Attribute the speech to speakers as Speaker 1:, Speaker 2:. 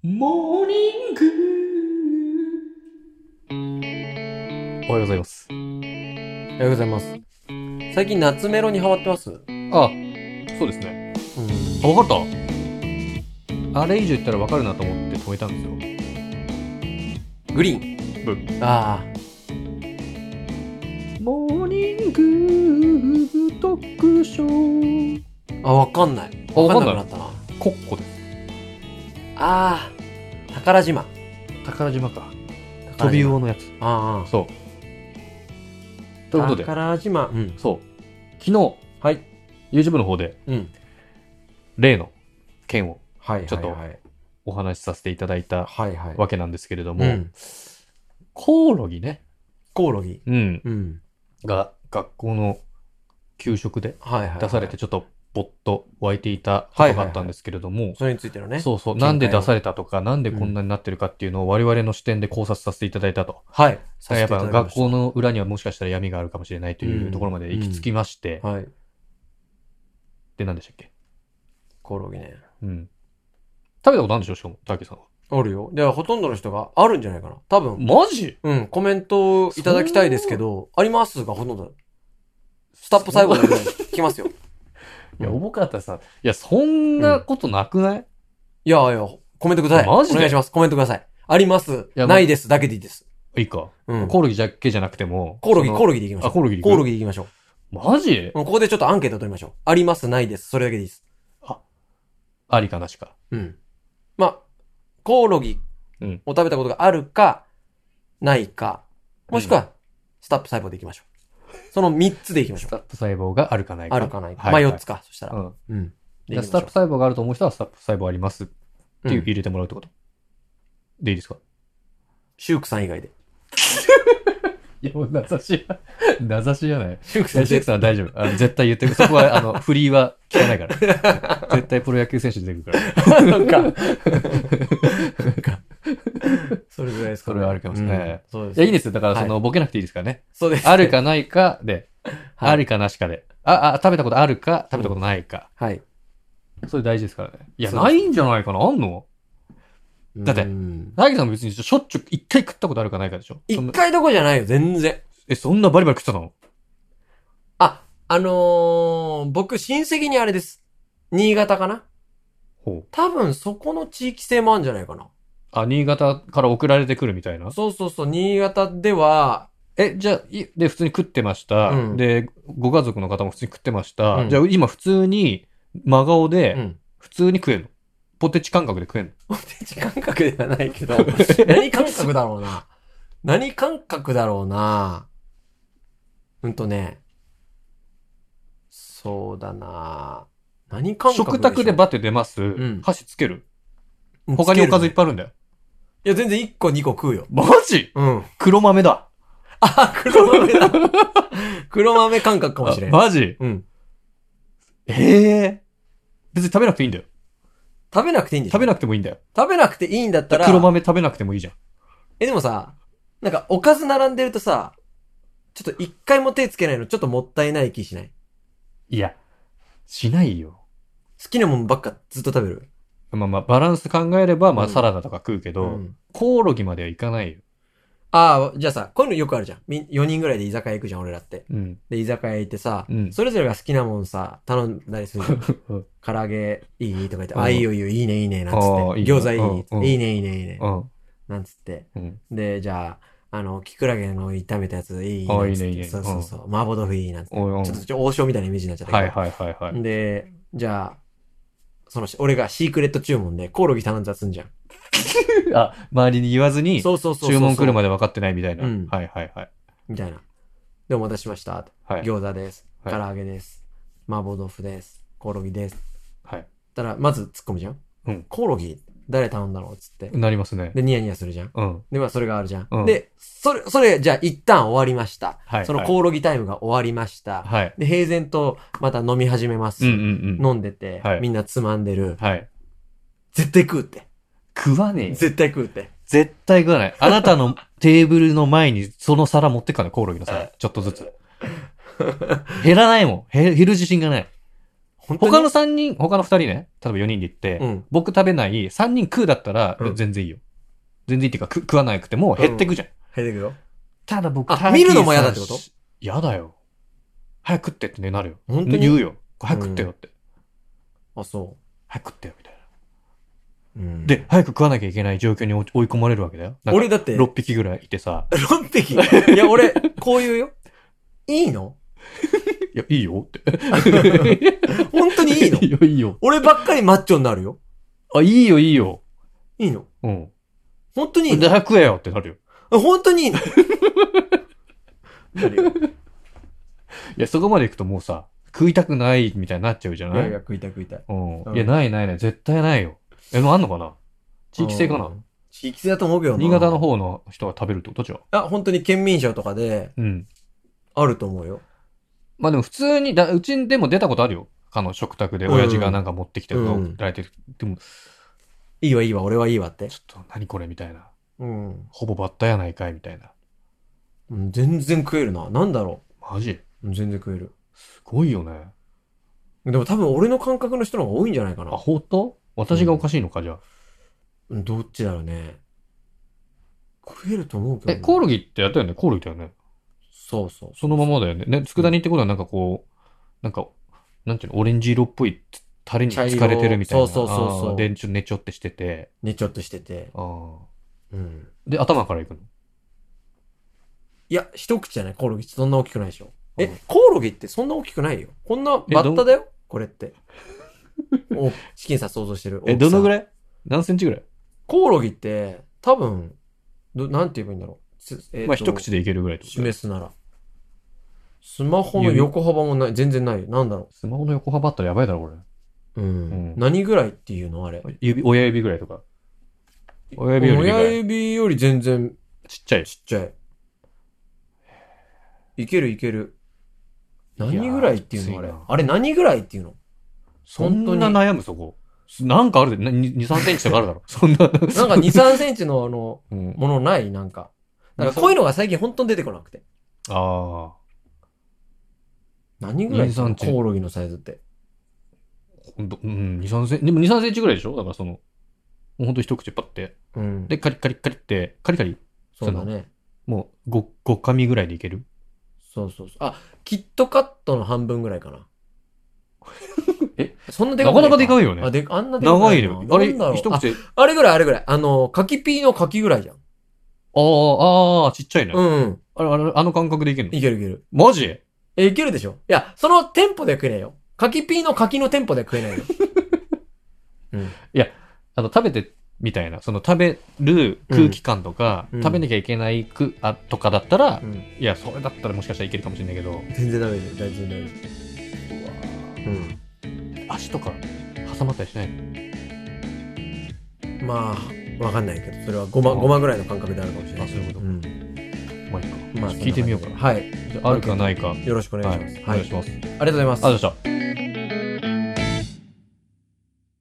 Speaker 1: モーニング
Speaker 2: おはようございます。
Speaker 3: おはようございます。最近夏メロにハマってますうん。
Speaker 2: あ、そうですね。あ、わかった。あれ以上言ったらわかるなと思って止めたんですよ。
Speaker 3: グリーン。
Speaker 2: ブ
Speaker 3: あ
Speaker 1: モーニング特賞
Speaker 3: あ。あ、わかんない。
Speaker 2: あわかんない
Speaker 3: なくなったな。
Speaker 2: コッコです。
Speaker 3: ああ。宝島。
Speaker 2: 宝島か。
Speaker 3: 宝島
Speaker 2: 飛び魚のやつ。
Speaker 3: ああ。
Speaker 2: そう。ということで、
Speaker 3: 宝島。うん。
Speaker 2: そう。昨日、
Speaker 3: はい。
Speaker 2: YouTube の方で、
Speaker 3: うん。
Speaker 2: 例の件を
Speaker 3: はい。
Speaker 2: ちょっと
Speaker 3: はい
Speaker 2: お話しさせていただいた
Speaker 3: はい。はい
Speaker 2: わ
Speaker 3: は
Speaker 2: けなんですけれど
Speaker 3: い。う
Speaker 2: も、
Speaker 3: ん。
Speaker 2: コオロギね。
Speaker 3: コオロギ。
Speaker 2: うん。
Speaker 3: うん。
Speaker 2: が、学校の給食で
Speaker 3: はいはいはい。
Speaker 2: 出されて、ちょっと、ぼっと湧いていたこ
Speaker 3: はいはいは
Speaker 2: とが
Speaker 3: い
Speaker 2: あったんですけれども、
Speaker 3: それについてのね。
Speaker 2: そうそう。
Speaker 3: 見解を
Speaker 2: なんで出されたとか、なんでこんなになってるかっていうのを我々の視点で考察させていただいたと。
Speaker 3: はい。
Speaker 2: だからやっぱ学校
Speaker 3: の。
Speaker 2: の裏にはもしかしたら闇があるかもしれないといううんところまで行き着きまして、
Speaker 3: はい。
Speaker 2: で、何でしたっけ
Speaker 3: コオロギね。
Speaker 2: うん。食べたことあるんでしょしかも、たけさんは。
Speaker 3: あるよ。では、ほとんどの人があるんじゃないかな。多分。
Speaker 2: マジ
Speaker 3: うん、コメントをいただきたいですけど、ありますがほとんど。スタップ最後まで聞 きますよ。
Speaker 2: いや、
Speaker 3: うん
Speaker 2: 重かったさ。いや、そんなことなくない、
Speaker 3: いやいや、コメントください。
Speaker 2: マジで
Speaker 3: お願いします。コメントください。あります。
Speaker 2: や
Speaker 3: ないです。だけでいいです。
Speaker 2: いいか。
Speaker 3: うん。コ
Speaker 2: コオロギだけじゃなくても。
Speaker 3: オロギ、
Speaker 2: その
Speaker 3: コオロギでいきましょ
Speaker 2: あ、コオロギ
Speaker 3: う。コオロ
Speaker 2: ギ。
Speaker 3: ギでいきましょう。
Speaker 2: マジ
Speaker 3: うんここでちょっとアンケート取りましょう。あります、ないです。それだけでいいです。
Speaker 2: ありかなしか。
Speaker 3: うん。まあ、コオロギ
Speaker 2: うん
Speaker 3: を食べたことがあるか、ないか、もしくは、スタップ細胞でいきましょう。その3つでいきまし
Speaker 2: ス
Speaker 3: ょう
Speaker 2: タ。ップ細胞があるかないか。
Speaker 3: あるかないか。
Speaker 2: はい
Speaker 3: まあ4つか、そした
Speaker 2: う
Speaker 3: ら。
Speaker 2: ん。
Speaker 3: うん。で
Speaker 2: じ
Speaker 3: い
Speaker 2: ゃ
Speaker 3: きま
Speaker 2: あ
Speaker 3: し
Speaker 2: スタ
Speaker 3: ょ
Speaker 2: ップ細胞があると思う人はスタップ細胞ありますって
Speaker 3: う
Speaker 2: いう
Speaker 3: うん
Speaker 2: 入れてもらうってこと。でいいですか
Speaker 3: シュークさん以外で。
Speaker 2: いや、もう名指しや、 名指しじゃない。
Speaker 3: シューク
Speaker 2: シェイクさんは大丈夫。あの絶対言ってくる。そこは、 あの、フリーは聞かないから。絶対プロ野球選手出てくるから。
Speaker 3: なんか。それぐらいですか、
Speaker 2: それはあるかもしれない
Speaker 3: うんそうで
Speaker 2: い
Speaker 3: す。
Speaker 2: や、いいですよ。だから、その、
Speaker 3: は
Speaker 2: ボケなくていいですからね。
Speaker 3: そうです。
Speaker 2: ある。かないかで、
Speaker 3: はい
Speaker 2: あるかなしかで。あ、あ、食べたことあるか、食べたことないか。
Speaker 3: はい。
Speaker 2: それ大事ですからね。いや、
Speaker 3: そう
Speaker 2: な
Speaker 3: です
Speaker 2: いんじゃないかなあんのだって
Speaker 3: うん
Speaker 2: 大樹さんも別にしょっちゅう一回食ったことあるかないかでしょそん
Speaker 3: 一
Speaker 2: な
Speaker 3: 回どころじゃないよ、全然。
Speaker 2: え、そんなバリバリ食ってたの
Speaker 3: あ、あのー、僕、親戚にあれです。新潟かな
Speaker 2: ほう。
Speaker 3: 多分、そこの地域性もあるんじゃないかな。
Speaker 2: あ、新潟から送られてくるみたいな。
Speaker 3: そうそうそう、新潟では、
Speaker 2: え、じゃあ、いで、普通に食ってました。
Speaker 3: うん
Speaker 2: で、ご家族の方も普通に食ってました。
Speaker 3: うん
Speaker 2: じゃあ、今普通に、真顔
Speaker 3: う
Speaker 2: で、
Speaker 3: ん。
Speaker 2: 普通に食えるの。ポテチ感覚で食える
Speaker 3: 時間感覚ではない けど、
Speaker 2: の。
Speaker 3: 何感覚だろうな。何感覚だろうな。うんとね。そうだな。何感覚
Speaker 2: 食卓でバッて出ます、
Speaker 3: ん
Speaker 2: 箸つける
Speaker 3: うん
Speaker 2: 他におかずいっ
Speaker 3: つ
Speaker 2: ぱ
Speaker 3: ける
Speaker 2: いあるんだよ。
Speaker 3: いや、全然1個2個食うよ。
Speaker 2: マジ
Speaker 3: うん。
Speaker 2: 黒豆だ。
Speaker 3: あ、黒豆だ。 黒豆感覚かもしれ
Speaker 2: あ
Speaker 3: ん。
Speaker 2: マジ
Speaker 3: うん。
Speaker 2: ええ別に食べなくていいんだよ。
Speaker 3: 食べなくていいんでしょ
Speaker 2: 食べなくてもいいんだよ。
Speaker 3: 食べなくていいんだったら、
Speaker 2: 黒豆食べなくてもいいじゃん。
Speaker 3: え、でもさ、なんかおかず並んでるとさ、ちょっと一回も手つけないのちょっともったいない気しない
Speaker 2: いや、しないよ。
Speaker 3: 好きなもんばっかずっと食べる。
Speaker 2: まあまあ、バランス考えれば、まあ
Speaker 3: うん
Speaker 2: サラダとか食うけど、
Speaker 3: うん
Speaker 2: コオロギまではいかないよ。
Speaker 3: ああ、じゃあさ、こういうのよくあるじゃん。み、4人ぐらいで居酒屋行くじゃん、俺らって。
Speaker 2: うん。
Speaker 3: で、居酒屋行ってさ、
Speaker 2: うん
Speaker 3: それぞれが好きなもんさ、頼んだりするじゃん。 唐揚げいいとか言って、
Speaker 2: うん
Speaker 3: あ、いいよいいよ、いいねいいね、なんつって
Speaker 2: あー。いいね
Speaker 3: 餃子いい、
Speaker 2: うんうん
Speaker 3: いいねいいねいいね
Speaker 2: う、ん。
Speaker 3: なんつって。
Speaker 2: うん。
Speaker 3: で、じゃあ、あの、キクラゲの炒めたやついい、
Speaker 2: あー
Speaker 3: なんつって
Speaker 2: いいねいいね
Speaker 3: そうそうそう。麻婆豆腐いい、なんつって。
Speaker 2: おいおい
Speaker 3: ちょっとちょ王将みたいなイメージになっちゃったけど。
Speaker 2: はいはいはいはい。
Speaker 3: で、じゃあ、その、俺がシークレット注文でコオロギ頼んだとすんじゃん。
Speaker 2: あ、周りに言わずに、
Speaker 3: そうそうそうそうそ
Speaker 2: 注
Speaker 3: う。
Speaker 2: 文来るまで分かってないみたいな。
Speaker 3: うん
Speaker 2: はいはいはい。
Speaker 3: みたいな。で、お待たせしました。
Speaker 2: はい。
Speaker 3: 餃子です。
Speaker 2: は
Speaker 3: 唐
Speaker 2: い
Speaker 3: 揚げです。麻婆豆腐です。コオロギです。
Speaker 2: はい。
Speaker 3: たら、まず突っ込むじゃん。
Speaker 2: うん
Speaker 3: コオロギ、誰頼んだのつって。
Speaker 2: なりますね。
Speaker 3: で、ニヤニヤするじゃん。
Speaker 2: うん。
Speaker 3: で、まあ、それがあるじゃん。
Speaker 2: うん
Speaker 3: で、それ、それ、じゃあ、一旦終わりました。
Speaker 2: はい
Speaker 3: その
Speaker 2: はい
Speaker 3: コオロギタイムが終わりました。
Speaker 2: はい。
Speaker 3: で、平然と、また飲み始めます。
Speaker 2: うんうんうん。
Speaker 3: 飲んでて、
Speaker 2: はい
Speaker 3: みんなつまんでる。
Speaker 2: はい。
Speaker 3: 絶対食うって。
Speaker 2: 食わねえよ。
Speaker 3: 絶対食うって。
Speaker 2: 絶対食わない。あなた のテーブルの前にその皿持ってっからね、コオロギの皿。ちょっとずつ。減らないもん。減減る自信がない。
Speaker 3: 本当に
Speaker 2: 他の3人、他の2人ね、例えば4人で行って、
Speaker 3: うん。
Speaker 2: 僕食べない3人食うだったら、
Speaker 3: うん
Speaker 2: 全然いいよ。全然いいっていうか、く食わなくても減ってくじゃん。
Speaker 3: 入ってくよ。
Speaker 2: ただ僕、
Speaker 3: あ
Speaker 2: ターキー
Speaker 3: 見るのも嫌だってこと
Speaker 2: さん嫌だよ。早く食ってってね、なるよ。
Speaker 3: 本当に
Speaker 2: 言うよ。早く食ってよって。
Speaker 3: あ、そ
Speaker 2: 早く食ってよ、みたいな。
Speaker 3: う。うん
Speaker 2: で、、早く食わなきゃいけない状況に追追い込まれるわけだよ。なんか
Speaker 3: 俺だって、
Speaker 2: 6匹ぐらいいてさ、
Speaker 3: 6匹。いや、俺、こう言うよ。いいの
Speaker 2: いや、いいよって。
Speaker 3: 本当にいい の
Speaker 2: いいよ、いいよ。
Speaker 3: 俺ばっかりマッチョになるよ。
Speaker 2: あ、いいよ、いいよ。
Speaker 3: いいの
Speaker 2: うん。
Speaker 3: 本当にいい
Speaker 2: で
Speaker 3: の
Speaker 2: 早く食えよってなるよ。
Speaker 3: 本当にい いのなるよ
Speaker 2: いや、そこまで行くともうさ、食いたくないみたいになっちゃうじゃ
Speaker 3: い
Speaker 2: な
Speaker 3: や
Speaker 2: い
Speaker 3: いや、食いたい食いたい。
Speaker 2: う。
Speaker 3: うんん
Speaker 2: いや、ないないない。絶対ないよ。え、もうあんのかな地域性か
Speaker 3: う
Speaker 2: なん
Speaker 3: 地域性だと思うけどな
Speaker 2: 新潟の。方の人が食べるってことじゃん。
Speaker 3: あ、本当に県民賞とかで
Speaker 2: うん。
Speaker 3: あると思うよ。
Speaker 2: まあでも普通に、だうちでも出たことあるよ。あの、食卓で
Speaker 3: うん
Speaker 2: 親父がなんか持ってきてるの
Speaker 3: うん
Speaker 2: 送られてる。でも、
Speaker 3: いいわいいわ、俺はいいわって
Speaker 2: ち。ょっと何これみたいな。
Speaker 3: うん。
Speaker 2: ほぼバッタやないかいみたいな。
Speaker 3: うん全然食えるな。なんだろ
Speaker 2: マジ
Speaker 3: う。うん全然食える。
Speaker 2: すごいよね。
Speaker 3: でも多分俺の感覚の人の方が多いんじゃないか
Speaker 2: あ、
Speaker 3: な。
Speaker 2: ほんと私がおかしいのか、じゃあ。
Speaker 3: うんどっちだろうね。食えると思うけど
Speaker 2: え、
Speaker 3: な。
Speaker 2: コオロギってやったよねコオロギだよね。
Speaker 3: そうそう。
Speaker 2: そのままだよね。ね、佃煮ってことはなんかこう、なんか、なんていうの、オレンジ色っぽいタレに疲れてるみたいな。
Speaker 3: 茶色そうそうそうそう
Speaker 2: あーで、ちょっとねちょってしてて。
Speaker 3: ね、ちょっとしてて。
Speaker 2: あー
Speaker 3: うん。
Speaker 2: で、頭からいくの。
Speaker 3: いや、一口じゃない、コオロギ。そんな大きくないでしょ。え
Speaker 2: うん、
Speaker 3: コオロギってそんな大きくないよ。こんなバッタだよ、これって。 お、チキンさん想像してる。
Speaker 2: え、どのぐ
Speaker 3: い
Speaker 2: らい何センチぐらい、
Speaker 3: コオロギって、多分、ど、なんて言えばいいんだろう。すえーと
Speaker 2: まあ一口でいけるぐらいってことだよね
Speaker 3: 示すなら。スマホの横幅もない、全然ないよ。なんだろ
Speaker 2: スマホの横幅あったらやばいだろ、これ。
Speaker 3: う。うん。
Speaker 2: うん
Speaker 3: 何ぐらいっていうのあれ。
Speaker 2: 指、親指ぐらいとか。親指よりでか
Speaker 3: 親
Speaker 2: い。
Speaker 3: 指より全然
Speaker 2: ちっちゃい。
Speaker 3: ちっちゃい。いけるいける。何ぐらいっていう
Speaker 2: い
Speaker 3: の
Speaker 2: やーきつい
Speaker 3: あれ
Speaker 2: な。
Speaker 3: あれ何ぐらいっていうの
Speaker 2: そんな
Speaker 3: 本
Speaker 2: 悩む、そこ。なんかあるで、な2、2 3センチとかあるだろ。 そんな。
Speaker 3: なんか2、3センチのあの、
Speaker 2: うん、
Speaker 3: ものないなんか。なんかこういうのが最近本当に出てこなくて。
Speaker 2: ああ。
Speaker 3: 何ぐらい
Speaker 2: 2 3センチ
Speaker 3: コオロギのサイズって。
Speaker 2: ほんと、うん、2、3センチ、でも2、3センチぐらいでしょだからその、もうほんと一口パッて。
Speaker 3: うん。
Speaker 2: で、カリカリカリって、カリカリ、
Speaker 3: そうだね。
Speaker 2: もう5、五噛みぐらいでいける
Speaker 3: そうそうそう。あ、キットカットの半分ぐらいかな。
Speaker 2: え
Speaker 3: そんなで
Speaker 2: な
Speaker 3: かく
Speaker 2: かなかでか
Speaker 3: い
Speaker 2: いよ
Speaker 3: あ、
Speaker 2: ね。
Speaker 3: でか、あんなでかく
Speaker 2: 長
Speaker 3: ないい
Speaker 2: よ。
Speaker 3: な
Speaker 2: あれ、
Speaker 3: なんだろう
Speaker 2: 一
Speaker 3: あ
Speaker 2: 口で。
Speaker 3: あれぐらい、あれぐらい。あの、柿ピーの柿ぐらいじゃん。
Speaker 2: ああ、ああ、ちっちゃいね。
Speaker 3: うんうん。
Speaker 2: あれ、あれ、あの感覚でいけるの
Speaker 3: いけるいける。
Speaker 2: マジ
Speaker 3: え、いけるでしょいや、そのテンポでは食えないよ。柿ピーの柿のテンポでは食えないよ。うん。
Speaker 2: あの、食べて、みたいな。その、食べる空気感とか、
Speaker 3: うん
Speaker 2: 食べなきゃいけないく、あ、とかだったら、
Speaker 3: うん。
Speaker 2: いや、それだったらもしかしたらいけるかもしれないけど、
Speaker 3: 全然ダメですよ。大丈夫大丈夫。うん。
Speaker 2: 足とか、挟まったりしないの
Speaker 3: まあ、わかんないけど、それは5万、
Speaker 2: うん
Speaker 3: 5万ぐらいの感覚であるかもしれない。
Speaker 2: あそういうこと
Speaker 3: ん。
Speaker 2: まあ、いいか。
Speaker 3: まあ、
Speaker 2: 聞いてみようか
Speaker 3: そんな感じでは
Speaker 2: あ
Speaker 3: い。
Speaker 2: るかないか。
Speaker 3: よろしくお願いします。
Speaker 2: お願いします。ありがとう
Speaker 3: ありがとうございます
Speaker 2: ございま。した。